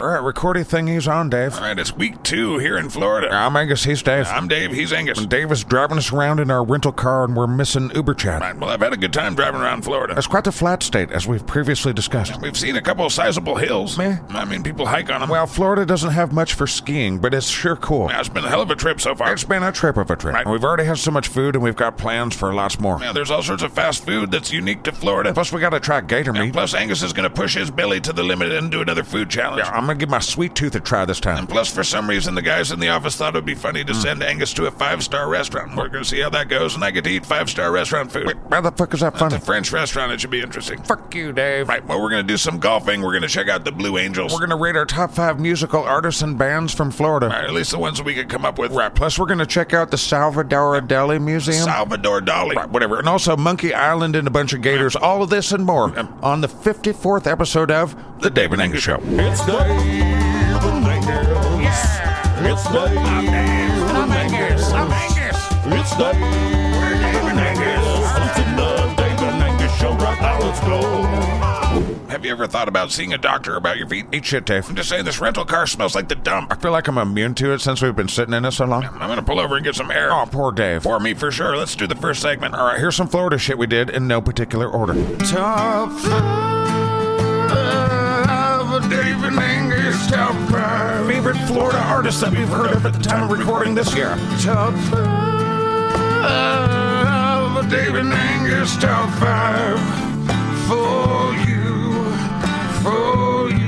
All right, recording thing he's on, Dave. All right, it's week two here in Florida. I'm Angus, he's Dave. I'm Dave. He's Angus. All Dave is driving us around in our rental car and we're missing Uber chat. right, well, I've had a good time driving around Florida. It's quite a flat state, as we've previously discussed. We've seen a couple of sizable hills. Meh. I mean, people hike on them. Well, Florida doesn't have much for skiing, but it's sure cool. it's been a hell of a trip so far. It's been a trip of a trip. Right. We've already had so much food and we've got plans for lots more. Yeah, there's all sorts of fast food that's unique to Florida. Plus, we gotta try gator meat. Plus, Angus is going to push his belly to the limit and do another food challenge. I'm gonna give my sweet tooth a try this time. And plus, for some reason, the guys in the office thought it'd be funny to send Angus to a five-star restaurant. We're going to see how that goes, and I get to eat five-star restaurant food. Why the fuck is that funny? It's a French restaurant. It should be interesting. Fuck you, Dave. Right, well, we're going to do some golfing. We're going to check out the Blue Angels. We're gonna rate our top five musical artists and bands from Florida. Or at least the ones we could come up with. Right, Plus, we're gonna check out the Salvador Dali Museum. Salvador Dali. whatever. And also Monkey Island and a bunch of gators. All of this and more on the 54th episode of The Dave and Angus Show. It's Dave and Angus. It's Dave and Angus. It's Dave and Angus. Listen to Dave and Angus show right now. Let's go. Have you ever thought about seeing a doctor about your feet? Eat Shit Dave. I'm just saying this rental car smells like the dump. I feel like I'm immune to it since we've been sitting in it so long. I'm going to pull over and get some air. Oh, poor Dave. For me, for sure. Let's do the first segment. All right, Here's some Florida shit we did in no particular order. Top five Dave and Angus top five favorite Florida artists that we've heard of at the time of recording this year. Top five Dave and Angus top five for you, for you.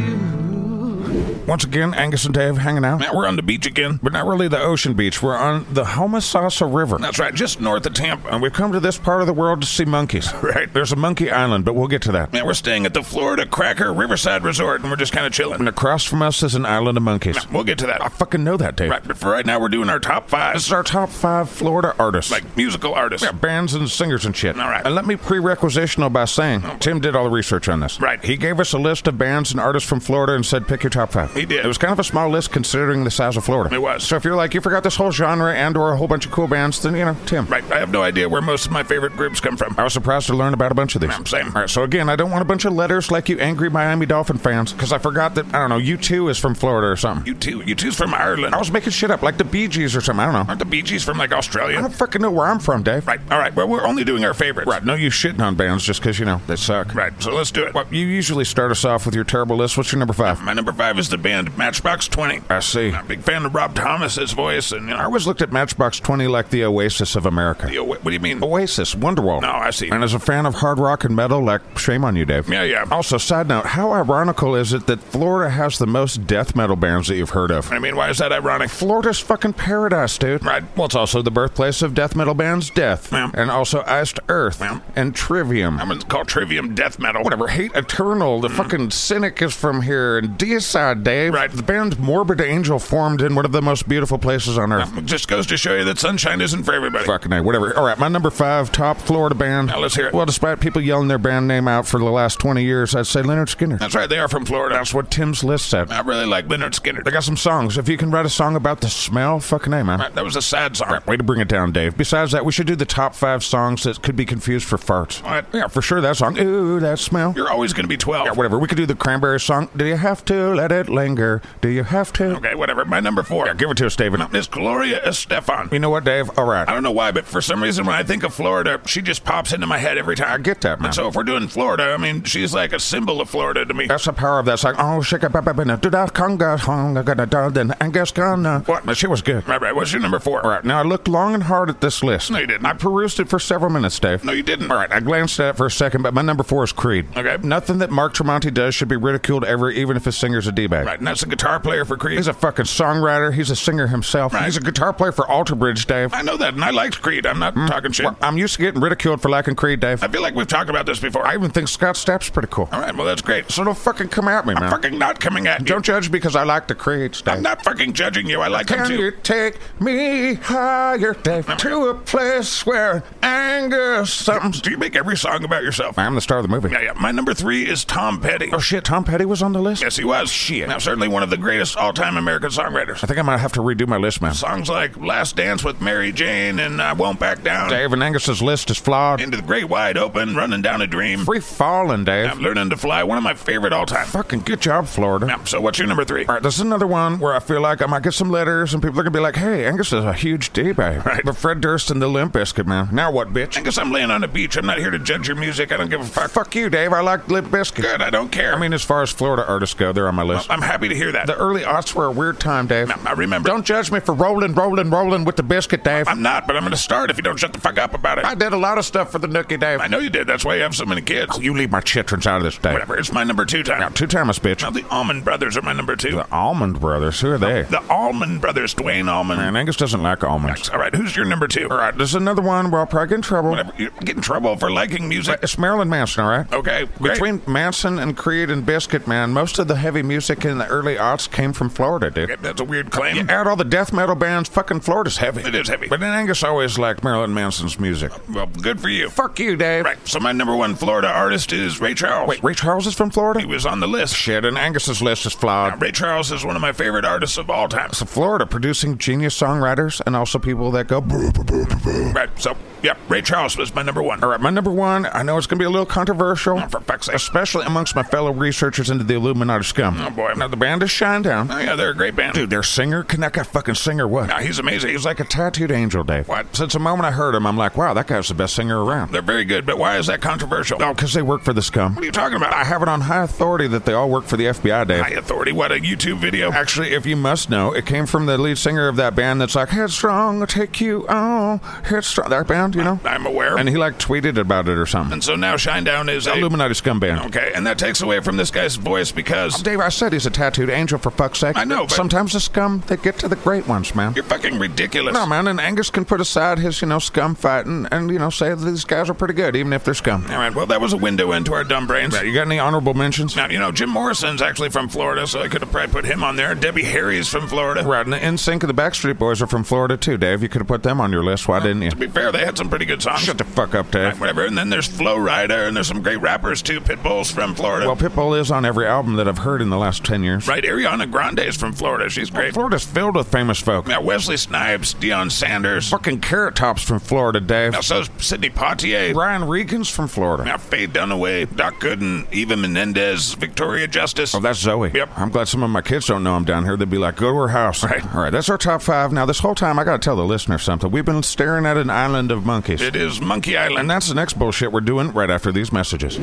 Once again, Angus and Dave hanging out. now we're on the beach again. But not really the ocean beach. We're on the Homosassa River. That's right, just north of Tampa. And we've come to this part of the world to see monkeys. Right. There's a monkey island, but we'll get to that. Man, we're staying at the Florida Cracker Riverside Resort, and we're just kind of chilling. And across from us is an island of monkeys. We'll get to that. I fucking know that, Dave. Right, but for right now, we're doing our top This fives, is our top five Florida artists. like musical artists. Yeah, bands and singers and shit. All right. Oh, And let me prerequisitional by saying Tim did all the research on this. Right. He gave us a list of bands and artists from Florida and said pick your top five. He did. It was kind of a small list considering the size of Florida. It was. So if you're like you forgot this whole genre and or a whole bunch of cool bands, then you know Tim. Right, I have no idea where most of my favorite groups come from. I was surprised to learn about a bunch of these. Yeah, same. All right, so again, I don't want a bunch of letters like you angry Miami Dolphin fans, because I forgot that, I don't know, U2 is from Florida or something. You too. You two's from Ireland. I was making shit up, like the Bee Gees or something, I don't know. Aren't the Bee Gees from like I Australia? don't fucking know where I'm from, Dave. Right. All right. Well, we're only doing our favorites. Right, no use shitting on bands just because, you know, they suck. Right. So let's do it. Well, you usually start us off with your terrible list. What's your number five? My number five is the band Matchbox Twenty. I see. I'm a big fan of Rob Thomas's voice, and you know, I always looked at Matchbox 20 like the oasis of America. yo, what, what do you mean? Oh, Oasis, Wonderwall. no, I see. And as a fan of hard rock and metal, like, shame on you, Dave. Yeah, yeah. Also, side note, how ironical is it that Florida has the most death metal bands that you've heard of? I mean, why is that ironic? Florida's fucking paradise, dude. Right. Well, it's also the birthplace of death metal bands Death, Ma'am. and also Iced Earth Ma'am. and Trivium. I'm gonna call Trivium death metal. Whatever, Hate Eternal, the fucking Cynic is from here, and Deicide, Dave. Right. The band Morbid Angel formed in one of the most beautiful places on earth. It just goes to show you that sunshine isn't for everybody. Fucking A, whatever. All right, my number five top Florida band. Now let's hear it. Well, despite people yelling their band name out for the last 20 years, I'd say Leonard Skinner. That's right. They are from Florida. That's what Tim's list said. I really like Leonard Skinner. They got some songs. If you can write a song about the smell, fucking A, man. Right, that was a sad song. Way to bring it down, Dave. Besides that, we should do the top five songs that could be confused for farts. What? Yeah, for sure that song. Ooh, that smell. You're always gonna be twelve. Yeah, whatever. We could do the Cranberry song. Do you have to let it linger? Do you have to? okay, whatever. My number four. Yeah, give it to us, David. Miss Gloria Estefan. You know what, Dave? All right. I I don't know why, but for some reason, when I think of Florida, she just pops into my head every time. get that, man. And so if we're doing Florida, I mean, she's like a symbol of Florida to me. That's the power of that song. Oh, shake it, baby, baby, do that conga song. I gotta do then Angus gonna. What? But she was good. Right, right. What's your number four? All right. Now I looked long and hard at this list. No, you didn't. I perused it for several minutes, Dave. No, you didn't. All right, I glanced at it for a second, but my number four is Creed. Okay. Nothing that Mark Tremonti does should be ridiculed ever, even if his singer's a D-bag. Right, and that's the guitar player for Creed. He's a fucking songwriter. He's a singer himself. Right. He's a guitar player for Alter Bridge, Dave. I know that, and I liked Creed. I'm Hmm. not talking shit. Well, I'm used to getting ridiculed for liking Creed, Dave. I feel like we've talked about this before. I even think Scott Stapp's pretty cool. All right, well, that's great. So don't fucking come at me, man. Fucking not coming at you. Don't judge because I like the Creeds, Dave. I'm not fucking judging you. I like him Can too. you take me higher, Dave, to a place where anger something's... Do you make every song about yourself? I'm the star of the movie. Yeah, yeah. My number three is Tom Petty. Oh, shit, Tom Petty was on the list? Yes, he was. Shit. Now, certainly one of the greatest all-time American songwriters. I think I might have to redo my list, man. Songs like Last Dance with Mary Jane and I Won't Back Down, Dave and Angus's list is flawed. Into the Great Wide Open, Running Down a Dream, Free falling, Dave. I'm Learning to Fly, one of my favorite all-time. Fucking good job, Florida. Yeah, So what's your number three? All right, this is another one where I feel like I might get some letters and people are gonna be like, "Hey, Angus is a huge D babe." Right. But Fred Durst and the Limp Bizkit, man. Now what, I bitch? guess I'm laying on a beach. I'm not here to judge your music. I don't give a fuck. Fuck you, Dave. I like Limp Bizkit. Good, I don't care. I mean, as far as Florida artists go, they're on my list. I'm happy to hear that. the early aughts were a weird time, Dave. I- I remember. Don't judge me for rolling, rolling, rolling with the biscuit, Dave. I'm not, but I'm going to start if you don't shut the fuck up about it. I did a lot of stuff for the nookie, Dave. I know you did. That's why you have so many kids. Oh, you leave my chitrons out of this, Dave. Whatever. It's my number two time. Two timers, bitch. Now the Almond Brothers are my number two. The Almond Brothers, who are they? The Almond Brothers, Dwayne Almond. Man, Angus doesn't like almonds. All right, who's your number two? All right, This is another one where I'll probably get in trouble. whatever. You get in trouble for liking music. It's Marilyn Manson, all right? Okay, great. Between Manson and Creed and Biscuit, man, most of the heavy music in the early aughts came from Florida, dude. Okay, that's a weird claim. Out all the death metal bands, fucking Florida's heavy. It is heavy. But then Angus always liked Marilyn Manson's music. Well, good for you. Fuck you, Dave. Right. So my number one Florida artist is Ray Charles. Wait, Ray Charles is from Florida? he was on the list. Shit, and Angus's list is flawed. Ray Charles is one of my favorite artists of all time. to Florida, producing genius songwriters and also people that go. "Boo, boo, boo, boo, boo." Right. So, yep, Ray Charles was my number one. Oh, All right, my number one. I know it's going to be a little controversial, For fuck's sake. especially amongst my fellow researchers into the Illuminati scum. Oh, boy. now the band is Shinedown. Oh, yeah, they're a great band. Dude, their singer, can that guy fucking singer what? Yeah, he's amazing. He's He's like, like a tattooed angel, Dave. What? Since the moment I heard him, I'm like, wow, that guy's the best singer around. they're very good, but why is that controversial? Oh, because they work for the scum. What are you talking about? I I have have it on high authority that they all work for the FBI, Dave. high authority. What, a YouTube video? Actually, if you must know, it came from the lead singer of that band that's like, Headstrong, I'll take you on. Headstrong. That band, you know? I'm aware. And And, he like tweeted about it or something. so now Shinedown is a... Illuminati scum band. Okay, and that takes away from this guy's voice because Dave, I said he's a tattooed angel for fuck's sake. I know, but- Sometimes the scum, they get to the great ones, man. you're fucking ridiculous. No, man, and Angus can put aside his, you know, scum fighting and, you know, say that these guys are pretty good, even if they're scum. All right, well, that was a window into our dumb brains. You got any honorable mentions? Now, you know, Jim Morrison's actually from Florida, so I could have probably put him on there. Debbie Harry's from Florida. Right, and the NSYNC and the Backstreet Boys are from Florida, too, Dave. You could have put them on your list. Why didn't you? To be fair, they had some pretty good songs. Shut the fuck up, Dave. Whatever. And then there's Flo Rida, and there's some great rappers too. Pitbull's from Florida. Well, Pitbull is on every album that I've heard in the last 10 years. right, Ariana Grande's from Florida. She's great. Florida's filled with famous folk. Now, Wesley Snipes, Deion Sanders. Fucking Carrot Top's from Florida, Dave. Now, so's Sidney Poitier. Brian Regan's from Florida. Now, Faye Dunaway, Doc Gooden, Eva Menendez, Victoria Justice. Oh, that's Zoe. Yep. I'm glad some of my kids don't know I'm down here. They'd be like, go to her house. Right. All right, that's our top five. Now, this whole time, I got to tell the listener something. We've been staring at an island of monkeys. it is Monkey Island. and that's the next bullshit we're doing right after these messages.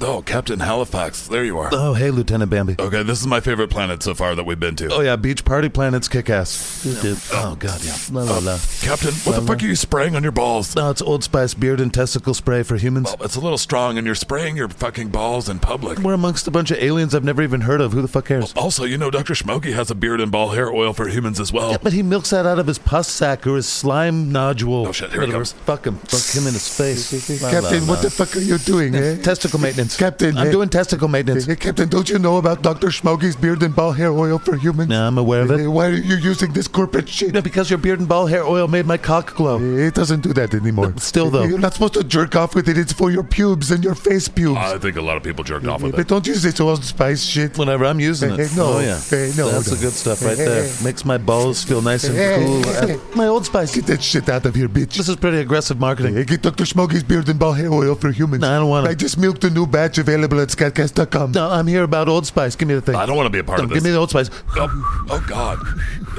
Oh, Captain Halifax, there you are. Oh, hey, Lieutenant Bambi. Okay, this is my favorite planet so far that we've been to. Oh, yeah, Beach Party Planets kick ass. Oh, God, yeah. La, la, la. Captain, what the fuck are you spraying on your balls? No, it's Old Spice beard and testicle spray for humans. Oh, it's a little strong, and you're spraying your fucking balls in public. We're amongst a bunch of aliens I've never even heard of. Who the fuck cares? Also, you know Dr. Schmokey has a beard and ball hair oil for humans as well. Yeah, but he milks that out of his pus sack or his slime nodule. Oh, shit, here he Whatever. comes. Fuck him. Fuck him in his face. La, la, Captain, la. what the fuck are you doing, eh? Testicle maintenance. Captain, I'm eh? doing testicle maintenance. Hey, Captain, don't you know about Dr. Schmoggy's beard and ball hair oil for humans? No, I'm aware of Eh, it. Why are you using this corporate shit? No, because your beard and ball hair oil made my cock glow. Eh, It doesn't do that anymore. Still, though. Eh, You're not supposed to jerk off with it. It's for your pubes and your face pubes. Ah, I think a lot of people jerked off Eh, with but it. don't use this old spice shit. Whenever I'm using Hey, it. hey, no. oh, yeah. Hey, no, That's no. the good stuff right Hey, there. hey, hey. Makes my balls feel nice and Hey, cool. hey, hey. Uh, My old spice. Get that shit out of here, bitch. This is pretty aggressive marketing. Eh, Get Dr. Schmoggy's beard and ball hair oil for humans. No, I don't wanna. I just milked a new batch available at scatcast.com. No, I'm here about Old Spice. Give me the thing. I don't want to be a part No, of give this. me the Old Spice. oh, oh, God.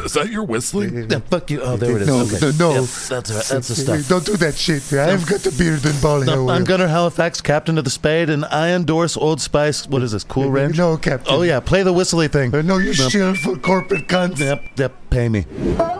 Is that your whistling? No, fuck you. Oh, there it is. No, okay. no, no. Yep, that's all right. That's the Eh, stuff. Don't do that shit. I've got the beard and ball hair No, oil. I'm Gunnar Halifax, captain of the Spade, and I endorse Old Spice. What is this? Cool Ranch? No, Captain. Oh yeah, play the whistly thing. Eh, No, you Yep, shill for corporate cunts. Yep, yep. Pay me.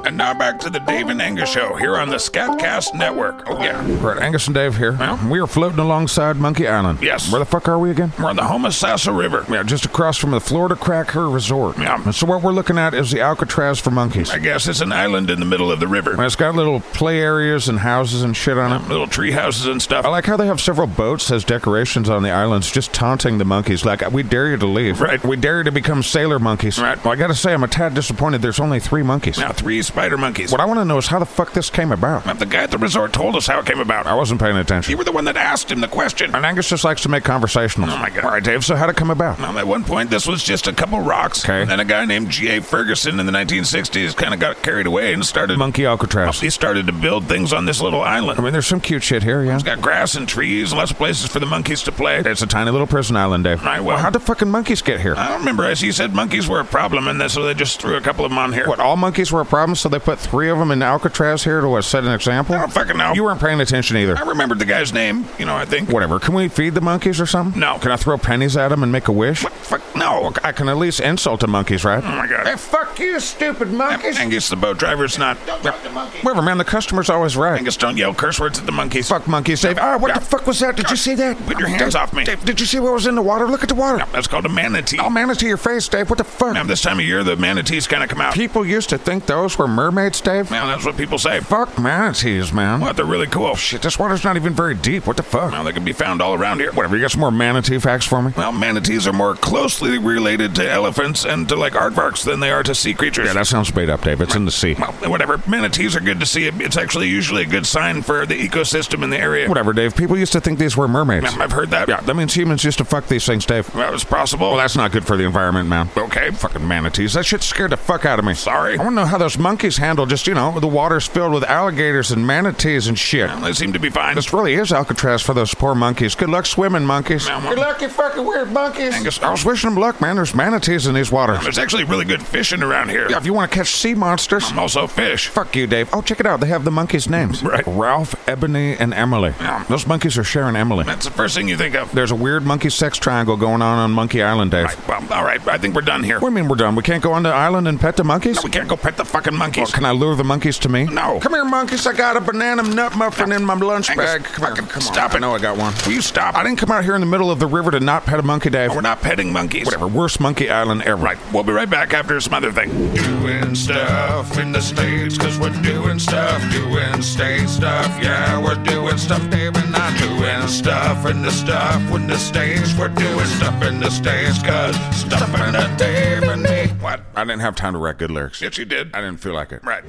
And now back to the Dave and Angus show here on the Scatcast Network. Oh, yeah. Right, Angus and Dave here. Well? we are floating alongside Monkey Island. Yes. Where the fuck are we again? We're on the Homosassa River. Yeah, just across from the Florida Cracker Resort. Yeah. And so what we're looking at is the Alcatraz for monkeys. I guess it's an island in the middle of the river. And it's got little play areas and houses and shit on it. Little tree houses and stuff. I like how they have several boats as decorations on the islands, just taunting the monkeys. Like, we dare you to leave. Right. We dare you to become sailor monkeys. Right. Well, I gotta say, I'm a tad disappointed. There's only three three monkeys. Now, three spider monkeys. What I want to know is how the fuck this came about. The guy at the resort told us how it came about. Oh, I wasn't paying attention. You were the one that asked him the question. And Angus just likes to make conversational. Oh my God. All right, Dave, so how'd it come about? Um, at one point, this was just a couple rocks. Okay. And then a guy named G.A. Ferguson in the 1960s kind of got carried away and started. Monkey Alcatraz. He started to build things on this little island. I mean, there's some cute shit here, yeah? It's got grass and trees, lots of places for the monkeys to play. It's a tiny little prison island, Dave. Right, well- well, how'd the fucking monkeys get here? I don't remember. As he said, monkeys were a problem, and that- so they just threw a couple of them on here. What, all monkeys were a problem, so they put three of them in Alcatraz here to what, set an example? I don't fucking know. You weren't paying attention either. I remembered the guy's name. You know, I think. Whatever. Can we feed the monkeys or something? No. Can I throw pennies at them and make a wish? What? Fuck no. I can at least insult the monkeys, right? Oh my god. Hey, fuck you, stupid monkeys. Angus, the boat driver's not. Don't talk to Whatever, man. The customer's always right. Angus, don't yell curse words at the monkeys. Fuck monkeys, Dave. Ah, what Yeah. the fuck was that? Did you see that? Put your hands Dave, off me. Dave, did you see what was in the water? Look at the water. That's called a manatee. Oh, man, it's to your face, Dave. What the fuck? Now, this time of year, the manatees kind of come out. People used to think those were mermaids, Dave. Now, that's what people say. Fuck manatees, man. What? They're really cool. Shit, this water's not even very deep. What the fuck? Now, they can be found all around here. Whatever, you got some more manatee facts for me? Well, manatees are more closely related to elephants and to like aardvarks than they are to sea creatures. Yeah, that sounds made up, Dave. It's in the sea. well, whatever. Manatees are good to see. It's actually usually a good sign for the ecosystem in the area. Whatever, Dave. People used to think these were mermaids. I've heard that. Yeah, that means humans used to fuck these things, Dave. That was possible. Well, that's not good for the environment, man. okay. Fuck. Fucking manatees. That shit scared the fuck out of me. I Sorry. want to know how those monkeys handle just, you know, the water's filled with alligators and manatees and shit. They seem to be fine. This really is Alcatraz for those poor monkeys. Good luck swimming, monkeys. Now, Good luck, you fucking weird monkeys. Angus, I was wishing them luck, man. There's manatees in these waters. There's actually really good fishing around here. Yeah, if you want to catch sea monsters, Also, fish. fuck you, Dave. Oh, check it out. They have the monkeys' names. Right. Ralph, Ebony, and Emily. Yeah. Those monkeys are sharing Emily. That's the first thing you think of. There's a weird monkey sex triangle going on on Monkey Island, Dave. Well, all right. I think we're done here. What do you mean we're done? We can't go on the island and pet the monkeys? No, we can't go pet the fucking monkeys. Can I lure the monkeys to me? No. Come here, monkeys. I got a banana nut muffin in my lunch Angus, bag. Come here. fucking Come on. stop I it. know I got one. Will you stop? I didn't come out here in the middle of the river to not pet a monkey, Dave. We're not petting monkeys. Whatever. Worst monkey island ever. Right. We'll be right back after some other thing. Doing stuff in the States, cause we're doing stuff, doing state stuff. Yeah, we're doing stuff, Dave and I. Doing stuff in the stuff in the States, we're doing stuff in the States, cause stuff in the Dave and me. What? I didn't have time to write good lyrics. Yes, you did. I didn't feel like it. Right.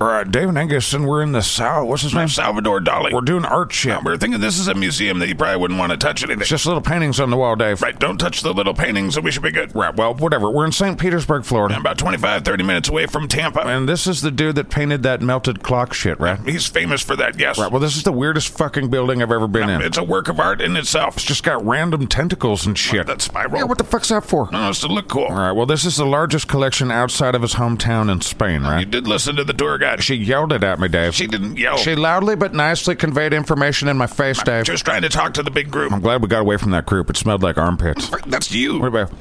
All right, Dave and Angus, and we're in the South. What's his name? Salvador Dali. We're doing art shit. Now, we're thinking this is a museum that you probably wouldn't want to touch anything. It's just little paintings on the wall, Dave. right. Don't touch the little paintings, and we should be good. Right. Well, whatever. We're in St. Petersburg, Florida. About 25, 30 minutes away from Tampa. uh, And this is the dude that painted that melted clock shit, right? He's famous for that, yes. Right. Well, this is the weirdest fucking building I've ever been in. It's It's a work of art in itself. It's just just got random tentacles and shit. that spiral. Yeah, what the fuck's that for? No, it's to look cool. All right. Well, this is the largest collection outside of his hometown in Spain, You right? did listen to the tour guide. She, She yelled it at me, Dave. she Oh. didn't yell. She loudly but nicely conveyed information in my face, Dave. she was trying to talk to the big group. I'm glad we got away from that group. It smelled like armpits. That's you. What about?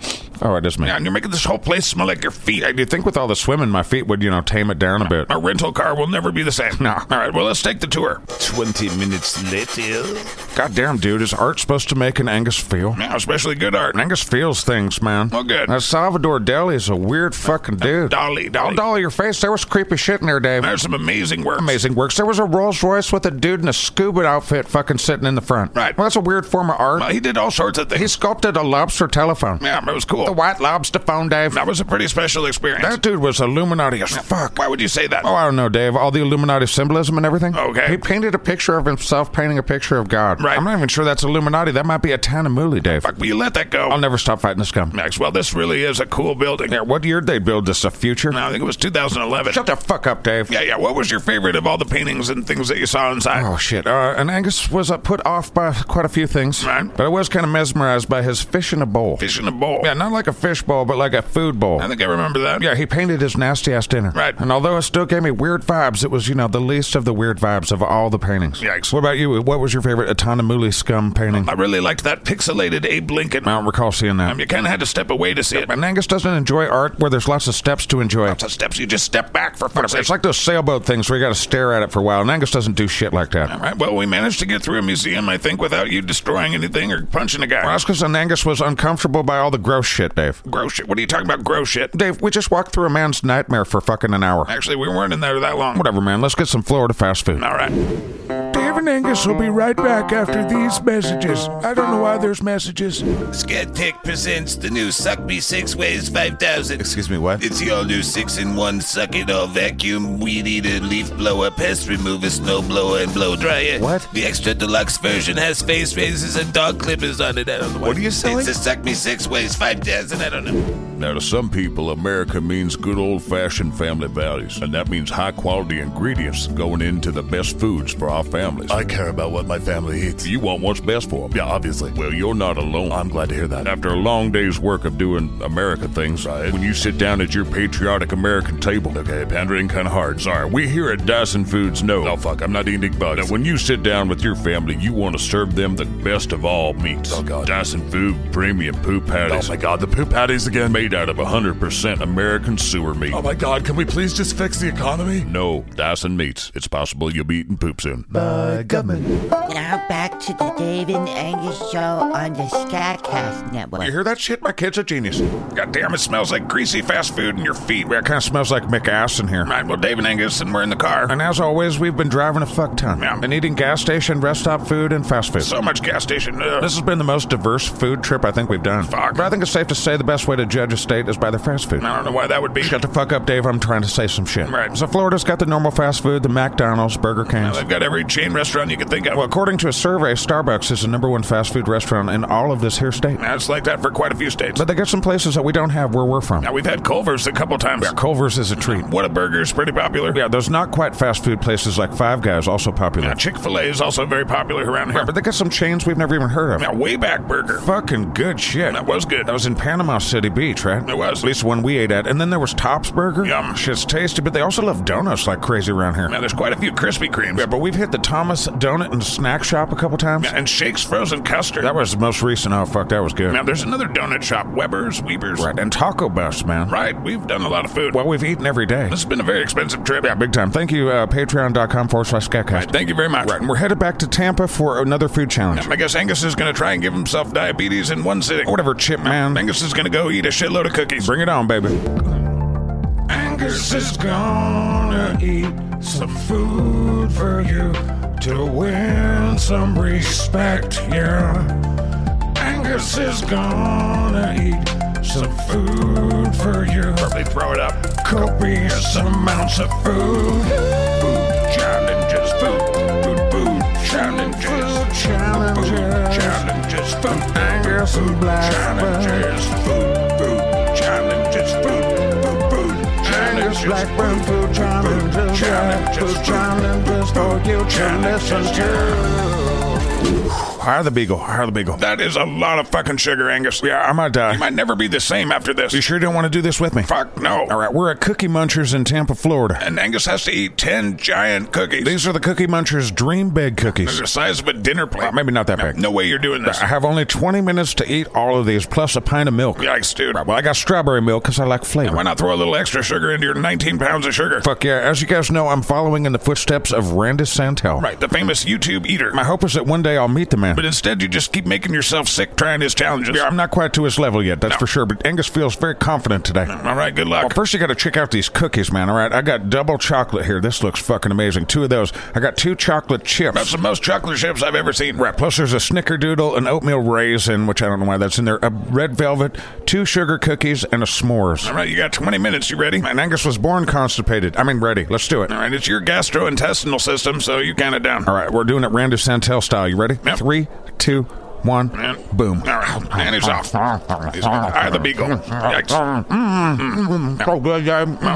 Oh, it is me. Yeah, and you're making this whole place smell like your feet. Do you think with all the swimming, my feet would, you know, tame it down a bit? A rental car will never be the same. No. All right, well, let's take the tour. 20 minutes later. Goddamn, dude, is art supposed to make an Angus feel? Now, especially good art. Angus feels things, man. Well, good. Now, Salvador Dali is a weird fucking dude. Dolly, Oh, Dolly. Dolly, your face. There was creepy shit in there, Dave. There's some amazing work. amazing works. There was a Rolls Royce with a dude in a scuba outfit fucking sitting in the front. Right. Well, that's a weird form of art. Well, he did all sorts of he things. sculpted a lobster telephone. Yeah, it was cool. The white lobster phone, Dave. That was a pretty special experience. That dude was Illuminati as fuck. Why would you say that? Oh, I don't know, Dave. All the Illuminati symbolism and everything. Okay. He painted a picture of himself painting a picture of God. Right. I'm not even sure that's Illuminati. That might be a Tanamuli, Dave. Fuck, will you let that go? I'll never stop fighting this scum. Max, well, this really is a cool building. Yeah, what year did they build this? A future? No, I think it was 2011. Shut the fuck up, Dave. yeah, yeah. What was your favorite of all the paintings and things that you saw inside? Oh shit! Uh, and Angus was uh, put off by quite a few things, Right. but I was kind of mesmerized by his fish in a bowl. Fish in a bowl. Yeah, not like a fish bowl, but like a food bowl. I think I remember that. Yeah, he painted his nasty ass dinner. Right. And although it still gave me weird vibes, it was, you know, the least of the weird vibes of all the paintings. Yikes. What about you? What was your favorite Atanamuli scum painting? I really liked that pixelated Abe Lincoln. I don't recall seeing that. Um, you kind of had to step away to see it. and Angus doesn't enjoy art where there's lots of steps to enjoy. Lots of steps. You just step back for fuck's It's sake. like those sailboat things where you got to stare at it for a while, and Angus doesn't do shit like that. All right. Well, we managed to get through a museum, I think, without you destroying anything or punching a guy. Well, That's because Angus was uncomfortable by all the gross shit, Dave. gross shit. What are you talking about? Gross shit. Dave, we just walked through a man's nightmare for fucking an hour. Actually, we weren't in there that long. Whatever, man. Let's get some Florida fast food. All right. Dave, David Angus will be right back after these messages. I don't know why there's messages. Scadtech presents the new Suck Me Six Ways 5000. Excuse me, what? It's the all new 6 in 1 suck it all vacuum, weed eater, leaf blower, pest remover, snow blower, and blow dryer. What? The extra deluxe version has face razors and dog clippers on it. I don't know What are you selling? It's the Suck Me Six Ways 5000. I don't know. Now, to some people, America means good old fashioned family values, and that means high quality ingredients going into the best foods for our families. I care about what my family eats. you want what's best for them. Yeah, obviously. Well, you're not alone. I'm glad to hear that. After a long day's work of doing America things, when you sit down at your patriotic American table, okay, pandering kind of hard. Sorry, we here at Dyson Foods know. Oh fuck, I'm not eating bugs. That when you sit down with your family, you want to serve them the best of all meats. Oh, God. Dyson Food premium poop Oh patties. my god, the poop patties again. Made out of 100% American sewer meat. Oh my god, can we please just fix the economy? No, Dyson meats. It's possible you'll be eating poop soon. By government. Now back to the Dave and Angus show on the Skycast Network. You hear that shit? My kid's a genius. God damn, it smells like greasy fast food in your feet. Yeah, it kind of smells like McAss in here. Right, well, Dave and Angus, and we're in the car. And as always, we've been driving a fuck ton. Yeah. Been eating gas station, rest stop food, and fast food. So much gas station. Ugh. This has been the most diverse food trip I think we've done. Fuck. But I think it's safe to say the best way to judge a state is by their fast food. I don't know why that would be. Shut the fuck up, Dave. I'm trying to say some shit. Right. So Florida's got the normal fast food, the McDonald's, Burger Now, Kings. They've got every chain restaurant you can think of. Well, according to a survey, Starbucks is the number one fast food restaurant in all of this here state. Now, it's like that for quite a few states. But they got some places that we don't have where we're from. Now, we've had Culver's a couple times. Yeah, Culver's is a treat. Whataburger's pretty popular. Yeah, there's not quite fast food places like Five Guys, also popular. Chick fil A is also very popular around here. But they got some chains we've never even heard of. Now, Wayback Burger. Fucking good shit. That was good. That was in Panama City Beach, right? It was. At least one we ate at. And then there was Tops Burger. Yum. Shit's tasty, but they also love donuts like crazy around here. Now, there's quite a few Krispy Kremes. Yeah, but we've hit the Thomas Donut and Snack Shop a couple times. And Shake's Frozen Custard. That was the most recent. Oh, fuck, that was good. Now, there's another donut shop, Weber's, Weber's. Right, and Taco Bus, man. Right, we've done a lot of food. Well, we've eaten every day. this has been a very expensive trip. Yeah, Big time. Thank you, uh, patreon.com forward slash Right, scatcast. thank you very much. Right, and we're headed back to Tampa for another food challenge. I guess Angus is going to try and give himself diabetes in one sitting. Whatever, chip man. Angus is going to go eat a shitload of cookies. Bring it on, baby. Angus is gonna eat some food for you to win some respect, yeah. Angus is gonna eat some food for you. Probably throw it up. Copious amounts of food. Food challenges, food, food, food challenges. Food challenges, food challenges, food, Angus food challenges, food, food challenges, food, food, food challenges. Blackburn food challenges, food challenges for you to listen Hire the beagle. Hire the beagle. That is a lot of fucking sugar, Angus. Yeah, I might die. I might never be the same after this. You sure don't want to do this with me? Fuck no. All right, we're at Cookie Munchers in Tampa, Florida. And Angus has to eat ten giant cookies. These are the Cookie Munchers Dream Big They're Cookies. the size of a dinner plate. Well, maybe not that big. No way you're doing this. I have only 20 minutes to eat all of these, plus a pint of milk. Yikes, dude. Well, I got strawberry milk because I like flavor. Why not throw a little extra sugar into your 19 pounds of sugar? Fuck yeah. As you guys know, I'm following in the footsteps of Randy Santel. Right, the famous YouTube eater. My hope is that one day I'll meet the man. But instead, you just keep making yourself sick trying his challenges. I'm not quite to his level yet, that's for sure, but Angus feels very confident today. All right, good luck. Well, first you got to check out these cookies, man. All right, I got double chocolate here. This looks fucking amazing. Two of those. I got two chocolate chips. That's the most chocolate chips I've ever seen. Right. Plus, there's a snickerdoodle, an oatmeal raisin, which I don't know why that's in there, a red velvet, two sugar cookies, and a s'mores. All right, you got 20 minutes. You ready? And Angus was born constipated. I mean, ready. Let's do it. All right, it's your gastrointestinal system, so you count it down. All right, we're doing it Randy Santel style. You ready? Yep. Three, two, one, Man. boom. All right, and he's off. He's off. Eye of the beagle. Yikes. Mm-hmm. Mm-hmm. So good, Dave. so good. Oh,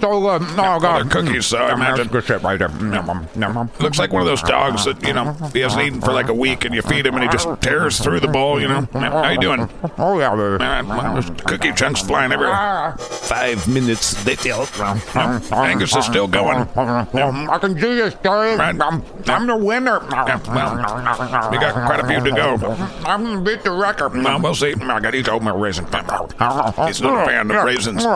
Mm-hmm. they're cookies, so I imagine- That's good shit right there. Mm-hmm. Nom, nom, nom. Looks like one of those dogs that, you know, he hasn't eaten for like a week, and you feed him, and he just tears through the bowl, you know? How you doing? All Oh, yeah, baby. right, well, there's cookie chunks flying everywhere. Five minutes later. Angus is still going. Mm-hmm. I can do this, Dave. Right. I'm, I'm the winner. well, We got quite a few to go. I'm gonna beat the record. Well, we'll see. I got each oatmeal raisin. He's not a fan of raisins.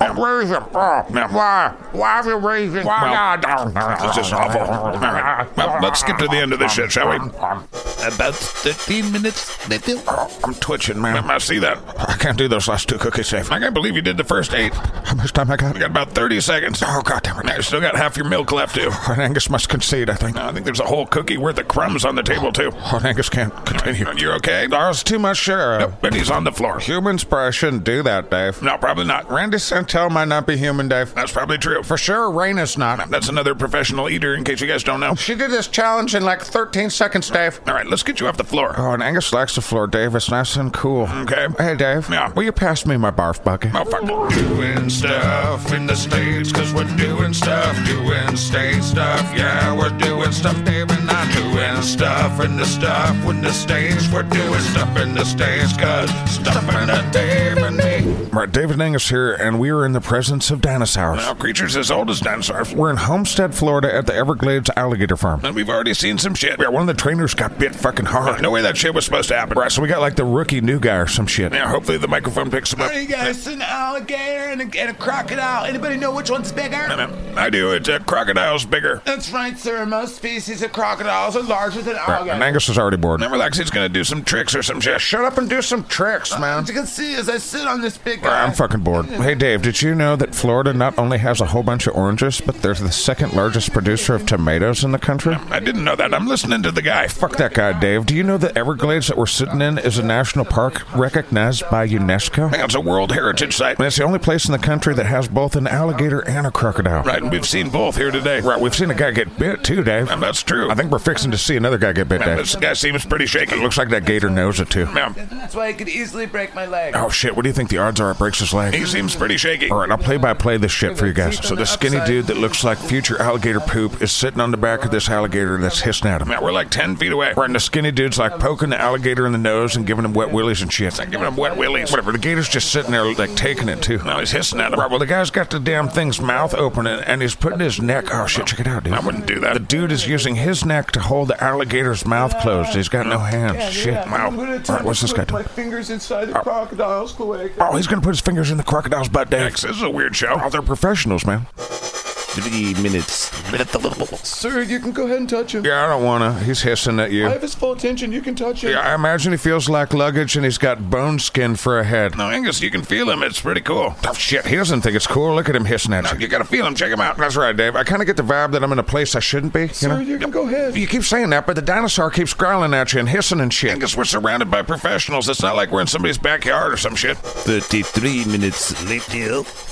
And raise him. Oh, why? Why are you raising? Why not? This is awful. All right. Well, let's skip to the end of this shit, shall we? About 13 minutes later. Oh, I'm twitching, man. I see that. I can't do those last two cookies safe. I I can't believe you did the first eight. How much time I got? You got about 30 seconds. Oh, God damn Now it. you still got half your milk left, too. Hot Angus must concede, I think. I think there's a whole cookie worth of crumbs on the table, too. Hot Angus can't continue. You're okay? There's too much sugar. But he's on the floor. Humans probably shouldn't do that, Dave. No, probably not. Randy Santel might not be human, Dave. That's probably true. For sure, Raina's not. That's another professional eater, in case you guys don't know. She did this challenge in like 13 seconds, Dave. All right, let's get you off the floor. Oh, and Angus likes the floor, Dave. It's nice and cool. Okay. Hey, Dave. Yeah. Will you pass me my barf bucket? Oh, fuck. Doing stuff in the States, cause we're doing stuff, doing state stuff. Yeah, we're doing stuff, Dave and I. Doing stuff in the stuff in the States, we're doing stuff in the States, cause stuff in the Dave and me. Right, David Angus here, and we are in the presence of dinosaurs. Now, creatures as old as dinosaurs. We're in Homestead, Florida at the Everglades Alligator Farm. And we've already seen some shit. Yeah, one of the trainers got bit fucking hard. No way that shit was supposed to happen. Right, so we got like the rookie new guy or some shit. Yeah, hopefully the microphone picks him up. Hey guys, an alligator and a, and a crocodile. Anybody know which one's bigger? I do. It's a crocodile's bigger. That's right, sir. Most species of crocodiles are larger than Right, and alligators. Angus is already bored. Now relax, he's gonna do some tricks or some shit. Shut up and do some tricks, man. As you can see, as I sit on this big guy, I'm fucking bored. Hey, Dave, did you know that Florida not only has a whole bunch of oranges, but they're the second largest producer of tomatoes in the country? I didn't know that. I'm listening to the guy. Fuck that guy, Dave. Do you know the Everglades that we're sitting in is a national park recognized by UNESCO? It's a World Heritage Site. And it's the only place in the country that has both an alligator and a crocodile. Right, and we've seen both here today. Right, we've seen a guy get bit too, Dave. And that's true. I think we're fixing to see another guy get bit, Yeah, Dave. This guy seems pretty shaky. Looks like that gator knows it too. Yeah, that's why I could easily break my leg. Oh shit, what do you think the odds are it breaks his leg? he seems pretty shaky. All right, I'll play by play this shit for you guys. So the skinny Upside. dude that looks like future alligator poop is sitting on the back of this alligator that's hissing at him. Yeah, we're like 10 feet away. Right, and the skinny dude's like poking the alligator in the nose and giving him wet willies and shit. Giving him wet willies. Whatever, the gator's just sitting there like taking it too. Now he's hissing at him. Right, well the guy's got the damn thing's mouth open and, and he's putting his neck. Oh shit, check it out, dude. I wouldn't do The that. dude is using his neck to hold the alligator's mouth closed. He's got no hands. Shit. Wow. I'm gonna All attempt right, what's to this guy put doing? my fingers inside the crocodile's cloaca. Oh, he's gonna put his fingers in the crocodile's butt, Dave. This is a weird show. Oh, they're professionals, man. Three minutes. Sir, you can go ahead and touch him. Yeah, I don't wanna. He's hissing at I you. have his full attention. You can touch him. Yeah, I imagine he feels like luggage and he's got bone skin for a head. Now, Angus, you can feel him. It's pretty cool. Oh, shit, he doesn't think it's cool. Look at him hissing at you. You gotta feel him. Check him out. That's right, Dave. I kind of get the vibe that I'm in a place I shouldn't be. You Sir, know? you can go ahead. You keep saying that, but the dinosaur keeps growling at you and hissing and shit. Angus, we're surrounded by professionals. It's not like we're in somebody's backyard or some shit. 33 minutes later.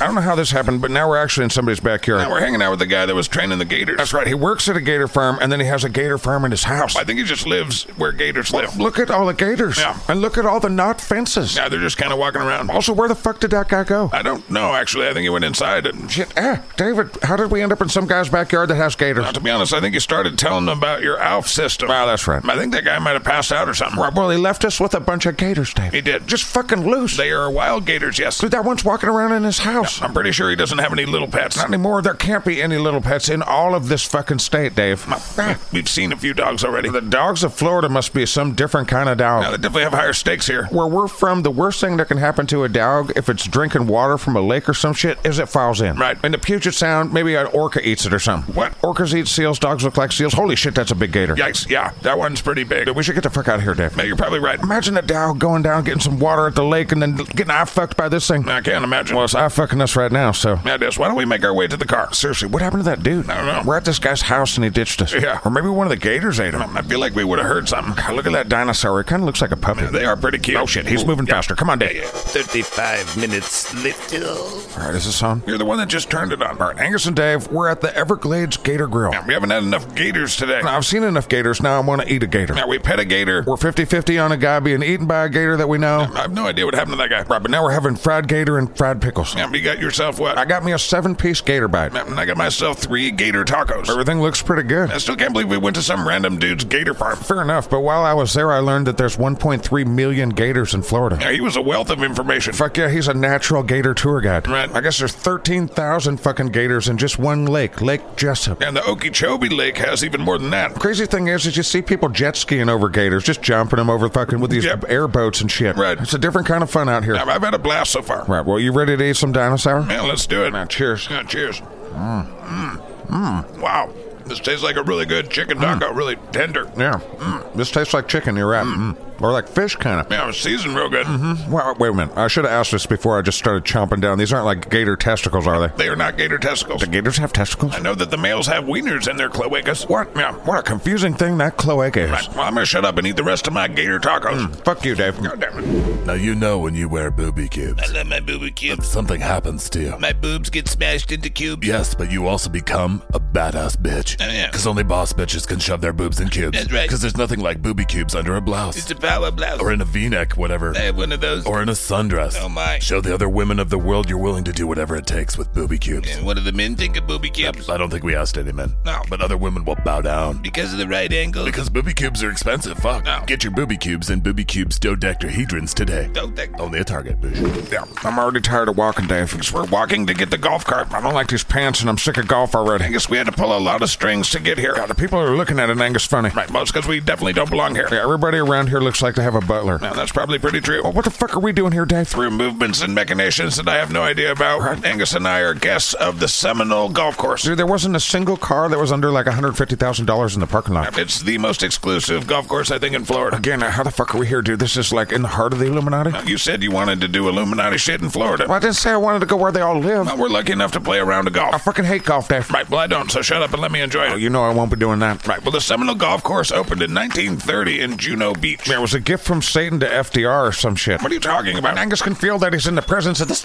I don't know how this happened, but now we're actually in somebody's backyard. Now we're hanging out with the guy that was training the gators. That's right. He works at a gator farm, and then he has a gator farm in his house. I think he just lives where gators live. Look at all the gators. Yeah. And look at all the knot fences. Yeah, they're just kind of walking around. Also, where the fuck did that guy go? I don't know, actually. I think he went inside. And, Uh, Shit. Ah, David, how did we end up in some guy's backyard that has gators? to be honest, I think he started telling them about your ALF system. Wow, that's right. I think that guy might have passed out or something. Right, well, he left us with a bunch of gators, David. He did. Just fucking loose. They are wild gators, yes. Dude, that one's walking around in his house. I'm pretty sure he doesn't have any little pets. Not anymore. There can't be any little pets in all of this fucking state, Dave. Ah, We've seen a few dogs already. the dogs of Florida must be some different kind of dog. Now, they definitely have higher stakes here. where we're from, the worst thing that can happen to a dog if it's drinking water from a lake or some shit is it falls in. Right. In the Puget Sound, maybe an orca eats it or something. What? Orcas eat seals. Dogs look like seals. Holy shit, that's a big gator. Yikes, yeah, that one's pretty big. We should get the fuck out of here, Dave. Yeah, You're probably right. Imagine a dog going down, getting some water at the lake, and then getting eye fucked by this thing. I can't imagine. Well, it's eye fucking us right now, so. That is. Why don't we make our way to the car? Seriously, what happened to that dude? I don't know. We're at this guy's house and he ditched us. Yeah. Or maybe one of the gators ate him. I feel like we would have heard something. God, Look at that dinosaur. It kind of looks like a puppy. They are pretty cute. Oh shit, he's moving Yeah. faster. Come on, Dave. 35 minutes later. All right, is this on? You're the one that just turned it on. All right, Angus and Dave, we're at the Everglades Gator Grill. Yeah, We haven't had enough gators today. Now, I've seen enough gators. Now I want to eat a gator. Now we pet a gator. We're 50 50 on a guy being eaten by a gator that we know. I have no idea what happened to that guy. Right, but now we're having fried gator and fried pickles. Yeah, you got yourself what? I got me a seven piece gator bite. Man, I got myself three gator tacos. Everything looks pretty good. I still can't believe we went to some random dude's gator farm. Fair enough, but while I was there, I learned that there's 1.3 million gators in Florida. Yeah, he was a wealth of information. Fuck yeah, he's a natural gator tour guide. Right. I guess there's 13,000 fucking gators in just one lake, Lake Jessup. And the Okeechobee Lake has even more than that. Crazy thing is, is you see people jet skiing over gators, just jumping them over fucking with these Yep. airboats and shit. Right. It's a different kind of fun out here. I've I've had a blast so far. Right. Well, you ready to eat some dinosaur? Yeah, let's do it. Now, cheers. Yeah, cheers. Mm. Mm. Wow. This tastes like a really good chicken Mm. taco, really tender. Yeah. Mm. This tastes like chicken. You're right. Mm. Or like fish, kind of. Yeah, it was seasoned real good. Well, wait a minute. I should have asked this before I just started chomping down. These aren't like gator testicles, are they? They are not gator testicles. Gators have testicles. I know that the males have wieners in their cloacas. What? Yeah. What a confusing thing that cloaca is. Right. Well, I'm gonna shut up and eat the rest of my gator tacos. Fuck you, Dave. God damn it. Now you know when you wear booby cubes, love my booby cubes. something happens to you. My boobs get smashed into cubes. Yes, but you also become a badass bitch. I am. Because only boss bitches can shove their boobs in cubes. Oh, That's right. Because there's nothing like booby cubes under a blouse. a power blouse. or in a v-neck, whatever. have one of those. or in a sundress. Oh, my. Show the other women of the world you're willing to do whatever it takes with booby cubes. what do the men think of booby cubes? I don't think we asked any men. No. But other women will bow down. Because of the right angle. Because booby cubes are expensive, fuck. No. Get your booby cubes and booby cubes dodecahedrons today. don't think. Only a target, boosh. Yeah, I'm already tired of walking, Dave. Because we're walking to get the golf cart. I I don't don't like. like these pants, and I'm sick of golf I already. guess we had to pull a lot of strings to get here. God, the people are looking at it, Angus funny. Right, most because we definitely don't belong here. Yeah, everybody around here looks like they have a butler. Now that's probably pretty true. What the fuck are we doing here, Dave? Through movements and machinations that I have no idea about, Angus and I are guests of the Seminole Golf Course. Dude, there wasn't a single car that was under like $150,000 in the parking lot. It's the most exclusive golf course I think in Florida. Again, how the fuck are we here, dude? This is like in the heart of the Illuminati? You said you wanted to do Illuminati shit in Florida. Well, I didn't say I wanted to go where they all live. Well, we're lucky enough to play a round of I golf. fucking hate golf, Dave. Right, well, I don't, so shut up and let me enjoy Oh, it. You know I won't be doing that. Right, well, the Seminole Golf Course opened in 1930 in Juneau Beach. It was a gift from Satan to FDR or some shit. What are you talking about? Angus can feel that he's in the presence of the...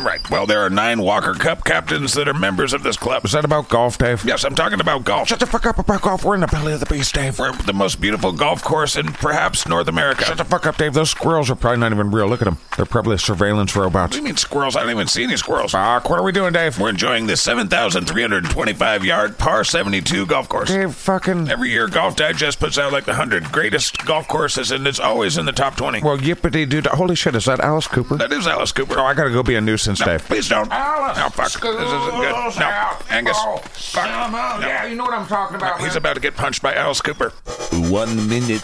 Right, well, there are nine Walker Cup captains that are members of this club. Is that about golf, Dave? Yes, I'm talking about golf. Shut the fuck up about golf. We're in the belly of the beast, Dave. We're the most beautiful golf course in perhaps North America. Shut the fuck up, Dave. Those squirrels are probably not even real. Look at them. They're probably surveillance What robots. do you mean squirrels? I don't even see any squirrels. Fuck, Ah, what are we doing, Dave? We're enjoying the 7,325 yard par 72 golf course. Dave, fucking. Every year, Golf Digest puts out like the 100 greatest golf courses, and it's always in the top 20. Well, yippity dude. Holy shit, is that Alice Cooper? that is Alice Cooper. Oh, I gotta go be a nuisance, No, Dave. please don't. no, fuck. This isn't good. No, Angus. fuck. No. know what I'm talking about. He's about to get punched by Alice Cooper. One minute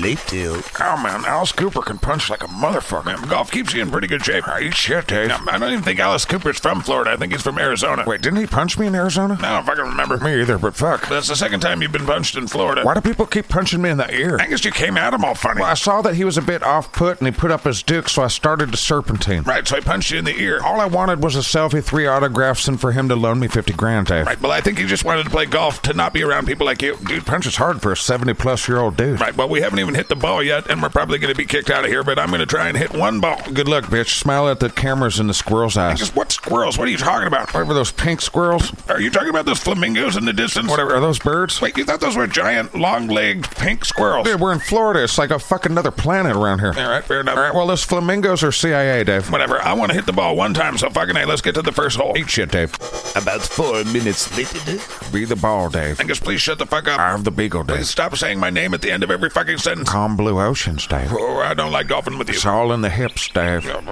later. Oh, man. Alice Cooper can punch like a motherfucker. Man, golf keeps you in pretty good shape. Are you shit, Dave? No, I don't even think Alice Cooper's from Florida. I think he's from Arizona. Wait, didn't he punch me in Arizona? I don't fucking remember. Me either, but fuck. That's the second time you've been punched in Florida. Why do people keep punching me in the ear? Angus, you came at him all funny. Well, I saw that he was a bit off put and he put up his dick, so I started to serpentine. Right, so I punched you in the ear. All I wanted was a selfie, three autographs, and for him to loan me 50 grand, Dave. Right, well, I think he just wanted to play golf to not be around people like you. Dude, Punch is hard for a 70 plus year old dude. Right, well, we haven't even hit the ball yet, and we're probably going to be kicked out of here, but I'm going to try and hit one ball. Good luck, bitch. Smile at the cameras in the squirrel's eyes. Just what squirrels? What are you talking about? Whatever those pink squirrels, Are you talking about those flamingos in the distance? whatever, are those birds? Wait, you thought those were giant, long legged pink squirrels? Dude, we're in Florida. It's like a fucking another planet around here. All right, fair enough. All right, well, those flamingos are CIA, Dave. Whatever, I want to hit the ball one time, so fucking hey, let's get to the first hole. Eat shit, Dave. About four minutes later. Be the ball, Dave. Angus, please shut the fuck up. I have the beagle, Please Dave. stop saying my name at the end of every fucking sentence. Calm blue oceans, Dave. Oh, I don't like golfing with you. It's all in the hips, Dave. And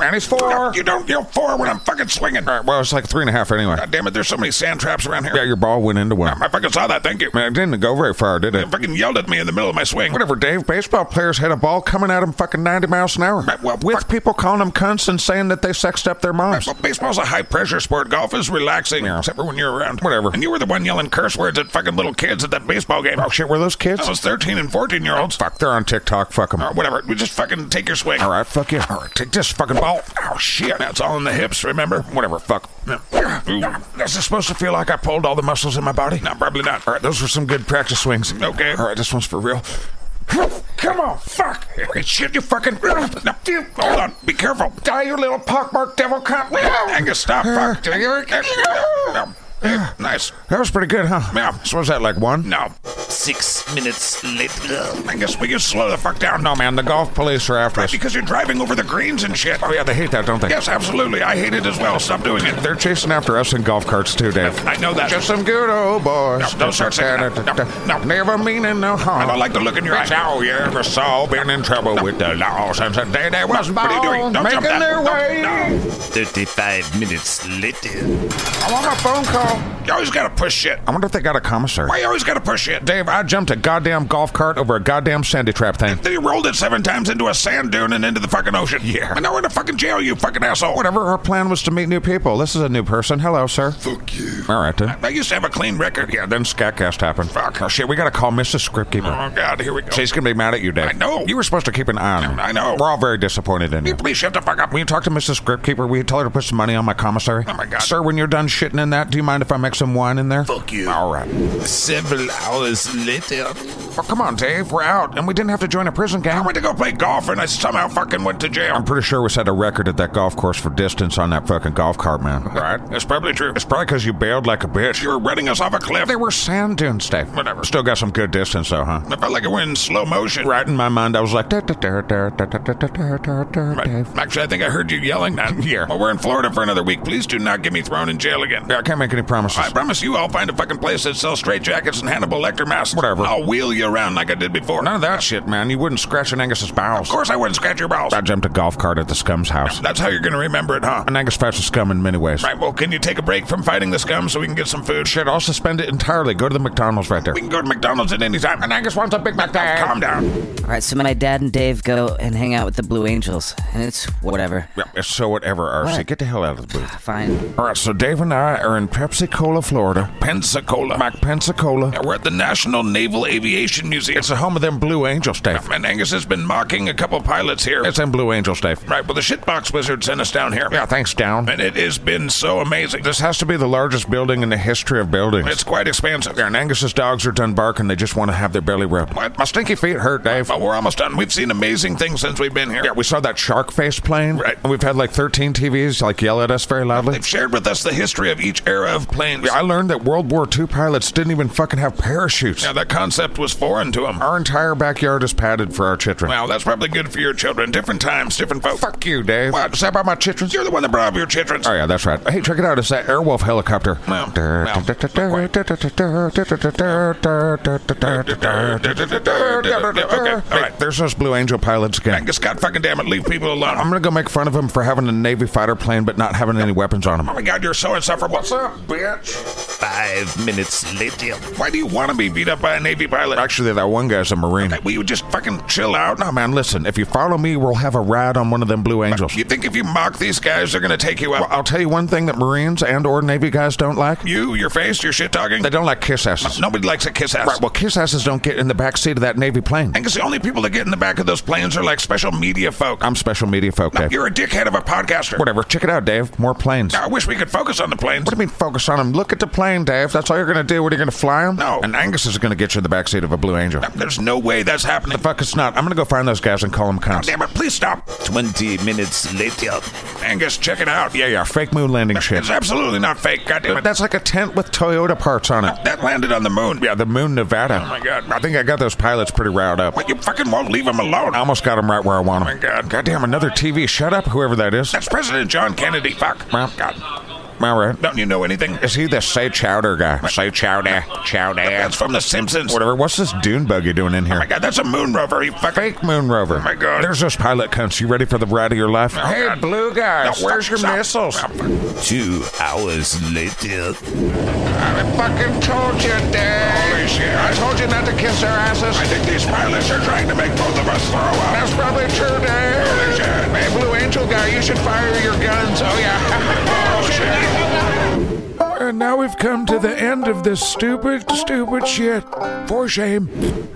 And he's four. You don't yell four when I'm fucking swinging. All right, well, it's like three and a half anyway. God damn it, there's so many sand traps around here. Yeah, your ball went into one. I fucking saw that, thank you. Man, it didn't go very far, did it? They fucking yelled at me in the middle of my swing. Whatever, Dave. Baseball players had a ball coming at them fucking 90 miles an hour. Right, well, With fuck. people calling them cunts and saying that they sexed up their moms. Well, baseball's a high pressure sport. Golf is relaxing, Yeah. except for when you're around. Whatever. And you were the one yelling curse words at fucking little kids at that baseball game. Oh, shit, were those kids? Those 13 and 14 year olds. Fuck, they're on TikTok. Fuck them. Or Uh, whatever. We just fucking take your swing. All right, fuck you. All right, take this fucking ball. Oh, shit. That's all in the hips, remember? Whatever, fuck. This Is it supposed to feel like I pulled all the muscles in my body? No, probably not. All right, those were some good practice swings. Okay. All right, this one's for real. Come on, fuck. Shit, you fucking. No, you- hold on. Be careful. Die, you little pockmarked devil cunt. Angus, stop. Fuck. Uh, No, no. Nice. That was pretty good, huh? Yeah. So, was that like one? No. six minutes later. I guess we can slow the fuck down. No, man, the golf police are after Right, us. because you're driving over the greens and shit. Oh, yeah, they hate that, don't they? Yes, absolutely. I hate it as well. Stop doing it. They're chasing after us in golf carts, too, Dave. I know that. Just some good old boys. No, don't start singing that. No, no. Never meaning no harm. I don't like the look in your eyes. That's all you ever saw. Been in trouble with the law since the day they was born. What are you doing? Don't making jump that. their No, way. no. 35 minutes later. I want a phone call. You always gotta push shit. I wonder if they got a commissary. Why you always gotta push shit? Dave, I jumped a goddamn golf cart over a goddamn sandy trap thing. Then you rolled it seven times into a sand dune and into the fucking ocean. Yeah. And now we're in a fucking jail, you fucking asshole. Whatever, our plan was to meet new people. This is a new person. Hello, sir. Fuck you. All right, then. I used to have a clean record. Yeah, Then Scatcast happened. Fuck. Oh, shit, we gotta call Mrs. Scriptkeeper. Oh, God, here we go. She's gonna be mad at you, Dave. I know. You were supposed to keep an eye on her. I know. We're all very disappointed in you. Please shut the fuck up. Will you talk to Mrs. Scriptkeeper? Will you tell her to put some money on my commissary? Oh, my God. Sir, when you're done shitting in that, do you mind if I make some wine in there? Fuck you. All right. Several hours later. Well, come on, Dave. We're out, and we didn't have to join a prison I gang. went to go play golf and I somehow fucking went to jail. I'm pretty sure we set a record at that golf course for distance on that fucking golf cart, man. Right? That's probably true. It's probably because you bailed like a bitch. You were running us off a cliff. They were sand dunes, Dave. Whatever. Still got some good distance, though, huh? I felt like it went in slow motion. Right in my mind, I was like, "Da, da, da, da, da, da, da, da, da, da, da, Right. Dave. Actually, I think I heard you yelling that. Yeah. Well, we're in Florida for another week. Please do not get me thrown in jail again. Yeah, I can't make any promises. I promise you I'll find a fucking place that sells straight jackets and Hannibal Lecter masks. Whatever. I'll wheel you around like I did before. None of that shit, man. You wouldn't scratch an Angus's bowels. Of course I wouldn't scratch your balls. I jumped a golf cart at the scum's house. That's how you're gonna remember it, huh? An Angus fights a scum in many ways. Right, well, can you take a break from fighting the scum so we can get some food? Shit, I'll suspend it entirely. Go to the McDonald's right there. We can go to McDonald's at any time. And Angus wants a Big Mac. Calm down. All right, so my dad and Dave go and hang out with the Blue Angels, and it's whatever. Yeah, so whatever, RC. What? Get the hell out of the booth. Fine. All right, so Dave and I are in Pepsi-Cola, Florida. Pensacola. Mac Pensacola. We're at the National Naval Aviation Museum. It's the home of them Blue Angels, Dave. And Angus has been mocking a couple pilots here. It's them Blue Angels, Dave. Right, well, the shitbox wizard sent us down here. Yeah, thanks, Down. And it has been so amazing. This has to be the largest building in the history of buildings. It's quite expansive. Yeah, and Angus's dogs are done barking. They just want to have their belly rubbed. What? My stinky feet hurt, Dave. But Oh, we're almost done. We've seen amazing things since we've been here. Yeah, we saw that shark face plane. Right. And we've had like 13 TVs like yell at us very loudly. They've shared with us the history of each era of planes. I learned that World War II pilots didn't even fucking have parachutes. Yeah, that concept was foreign to them. Our entire backyard is padded for our chitrin. Wow, that's probably good for your children. Different times, different folks. Fuck you, Dave. What? Is that about my chitrins? You're the one that brought up your children. Oh yeah, that's right. Hey, check it out. It's that Airwolf helicopter. No, no. Hey, There's those Blue Angel pilots again. Angus, God fucking damn it, leave people alone. I'm gonna go make fun of him for having a Navy fighter plane but not having any weapons on oh him. my God, you're so insufferable. What's up, bitch? Five minutes later. Why do you want to be beat up by a Navy pilot? Actually, that one guy's a Marine. Will you just fucking chill out? No, man, listen. If you follow me, we'll have a ride on one of them Blue Angels. You think if you mock these guys, they're going to take you out? I'll tell you one thing that Marines and or Navy guys don't like. you, your face, your shit talking? They don't like kiss asses. Nobody likes a kiss ass. Right, well, kiss asses don't get in the back seat of that Navy plane. Angus, the only people that get in the back of those planes are like special media folk. I'm special media folk, Dave. You're a dickhead of a podcaster. Whatever. Check it out, Dave. More planes. I wish we could focus on the planes. What do you mean focus on him? Look at the plane, Dave. That's all you're going to do. What, are you going to fly him? No. And Angus is going to get you in the backseat of a Blue Angel. There's no way that's happening. The fuck it's not. I'm going to go find those guys and call them cops. Damn it, please stop. 20 minutes later. Angus, check it out. Yeah, yeah. Fake moon landing shit. It's absolutely not fake. God damn it. That's like a tent with Toyota parts on it. that landed on the moon. Yeah, the moon, Nevada. Oh, my God. I think I got those pilots pretty riled up. But you fucking won't leave him alone. Oh, I almost got them right where I want them. my God. Um, Goddamn, another TV. Shut up, whoever that is. That's President John Kennedy. Fuck. Well. God. All right. Don't you know anything? Is he the say chowder guy? Say chowder, chowder. That's from The Simpsons. Whatever. What's this dune buggy doing in Oh, here? my God, that's a moon rover. You fucking. Fake moon rover. my God. There's those pilot cunts. You ready for the ride of your life? hey, God. blue guys, No, where's your stop. missiles? Stop. Two hours later. I fucking told you, Dave. Holy shit. I told you not to kiss their asses. I think these pilots are trying to make both of us throw up. That's probably true, Dave. Holy shit. Hey, blue angel guy, you should fire your guns. Oh yeah. Oh, shit. And now we've come to the end of this stupid, stupid shit. For shame.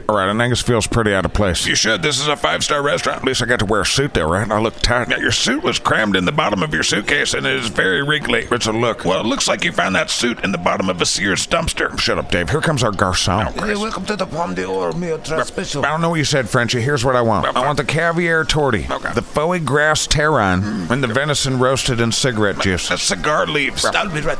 All right, and Angus feels pretty out of place. You should. This is a five star restaurant. At least I got to wear a suit there, right? I look tight. Now, your suit was crammed in the bottom of your suitcase and it is very wrinkly. It's a look. Well, it looks like you found that suit in the bottom of a Sears dumpster. Shut up, Dave, here comes our garçon. Chris. welcome to the Palm d'Or meal special. I don't know what you said, Frenchie. Here's what I want. I want the caviar torti, Okay. Hmm. the foie gras terrin, and the venison roasted in cigarette juice. That's cigar leaves.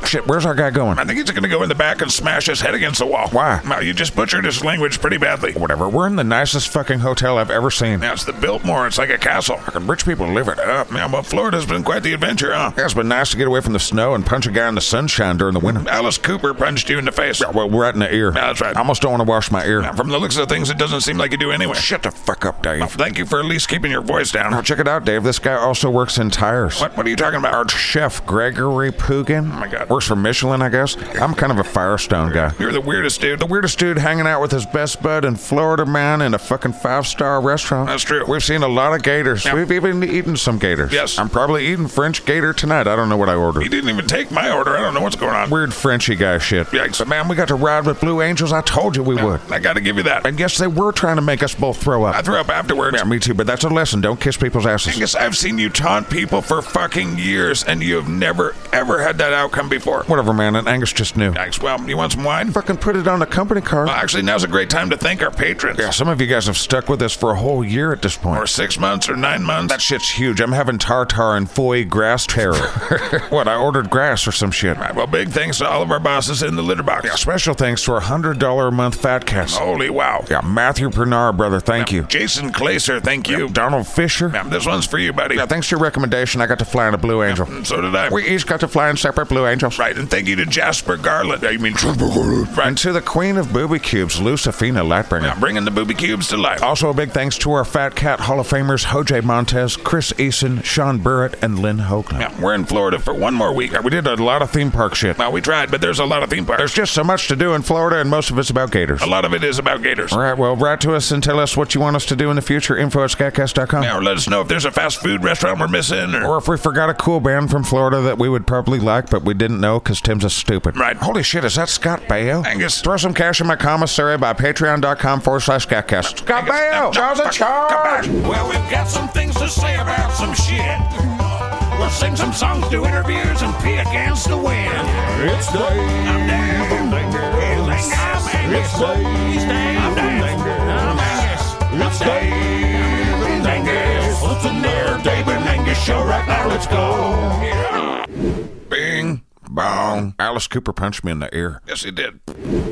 Shit, where's our guy going? I think he's gonna go in the back and smash his head against the wall. Why? Well, you just butchered his language pretty badly. Whatever. We're in the nicest fucking hotel I've ever seen. Now it's the Biltmore. It's like a castle. Fucking rich people live it up. Now, but Florida's been quite the adventure, huh? Yeah, it's been nice to get away from the snow and punch a guy in the sunshine during the winter. Alice Cooper punched you in the face. Yeah, well, right in the ear. Yeah, that's right. I almost don't want to wash my ear. Now, from the looks of things, it doesn't seem like you do anyway. Shut the fuck up, Dave. Well, thank you for at least keeping your voice down. Now, check it out, Dave. This guy also works in tires. What? What are you talking about? Our chef Gregory Pugin. Oh my God. Works for Michelin, I guess. I'm kind of a Firestone guy. You're the weirdest dude. The weirdest dude hanging out with his best bud in Florida man in a fucking five star restaurant. That's true. We've seen a lot of gators. Yeah. We've even eaten some gators. Yes. I'm probably eating French gator tonight. I don't know what I ordered. He didn't even take my order. I don't know what's going on. Weird Frenchy guy shit. Yikes. But man, we got to ride with Blue Angels. I told you we would. I gotta give you that. And yes, they were trying to make us both throw I up. threw up afterwards. Yeah, me too, but that's a lesson. Don't kiss people's asses. Angus, I've seen you taunt people for fucking years, and you have never, ever had that outcome before. Whatever, man. And Angus just knew. Yikes. Well, you want some wine? Fucking put it on a company card. Well, actually, now's a great time to thank our patrons. Yeah, some of you guys have stuck with us for a whole year at this point. Or six months or nine months. That shit's huge. I'm having tartar and foie grass terror. what, I ordered grass or some shit. Right, well, big thanks to all of our bosses in the litter box. Special thanks to our $100 a month fat cats. Holy wow. Yeah, Matthew Pernard, brother, thank you. Jason Claser, thank you. Donald Fisher. Yeah, this one's for you, buddy. Yeah, thanks to your recommendation, I got to fly in a Blue Angel. And so did I. We each got to fly in separate Blue Angels. Right, and thank you to Jasper Garland. I mean, Jasper Garland. And Right. to the queen of booby cubes, Lucifina Lightbringer. Now, bringing the booby cubes to life. Also, a big thanks to our Fat Cat Hall of Famers, Jose Montez, Chris Eason, Sean Burrett, and Lynn Hoagland. Yeah, we're in Florida for one more week. Yeah, we did a lot of theme park shit. Well, we tried, but there's a lot of theme parks. There's just so much to do in Florida, and most of it's about gators. A lot of it is about gators. All right, well, write to us and tell us what you want us to do in the future. Info at scatcast.com. Now, let us know if there's a fast food restaurant we're missing or. Or if we forgot a cool band from Florida that we would probably like, but we didn't know because Tim's a stupid. Right. Holy shit, is that Scott Baio? Angus. Throw some cash in my commissary by patreon.com forward slash scatcast. Scott Baio! Charles in charge! Well, we've got some things to say about some shit. We'll sing some songs, do interviews, and pee against the wind. It's Dave. I'm Dave. I'm Angus. It's Dave. He's Dave. I'm Dave. I'm Angus. It's Dave. I'm Angus. What's in there, Dave and Angus show right now? Let's go. Bing. Bong. Alice Cooper punched me in the ear. Yes, he did.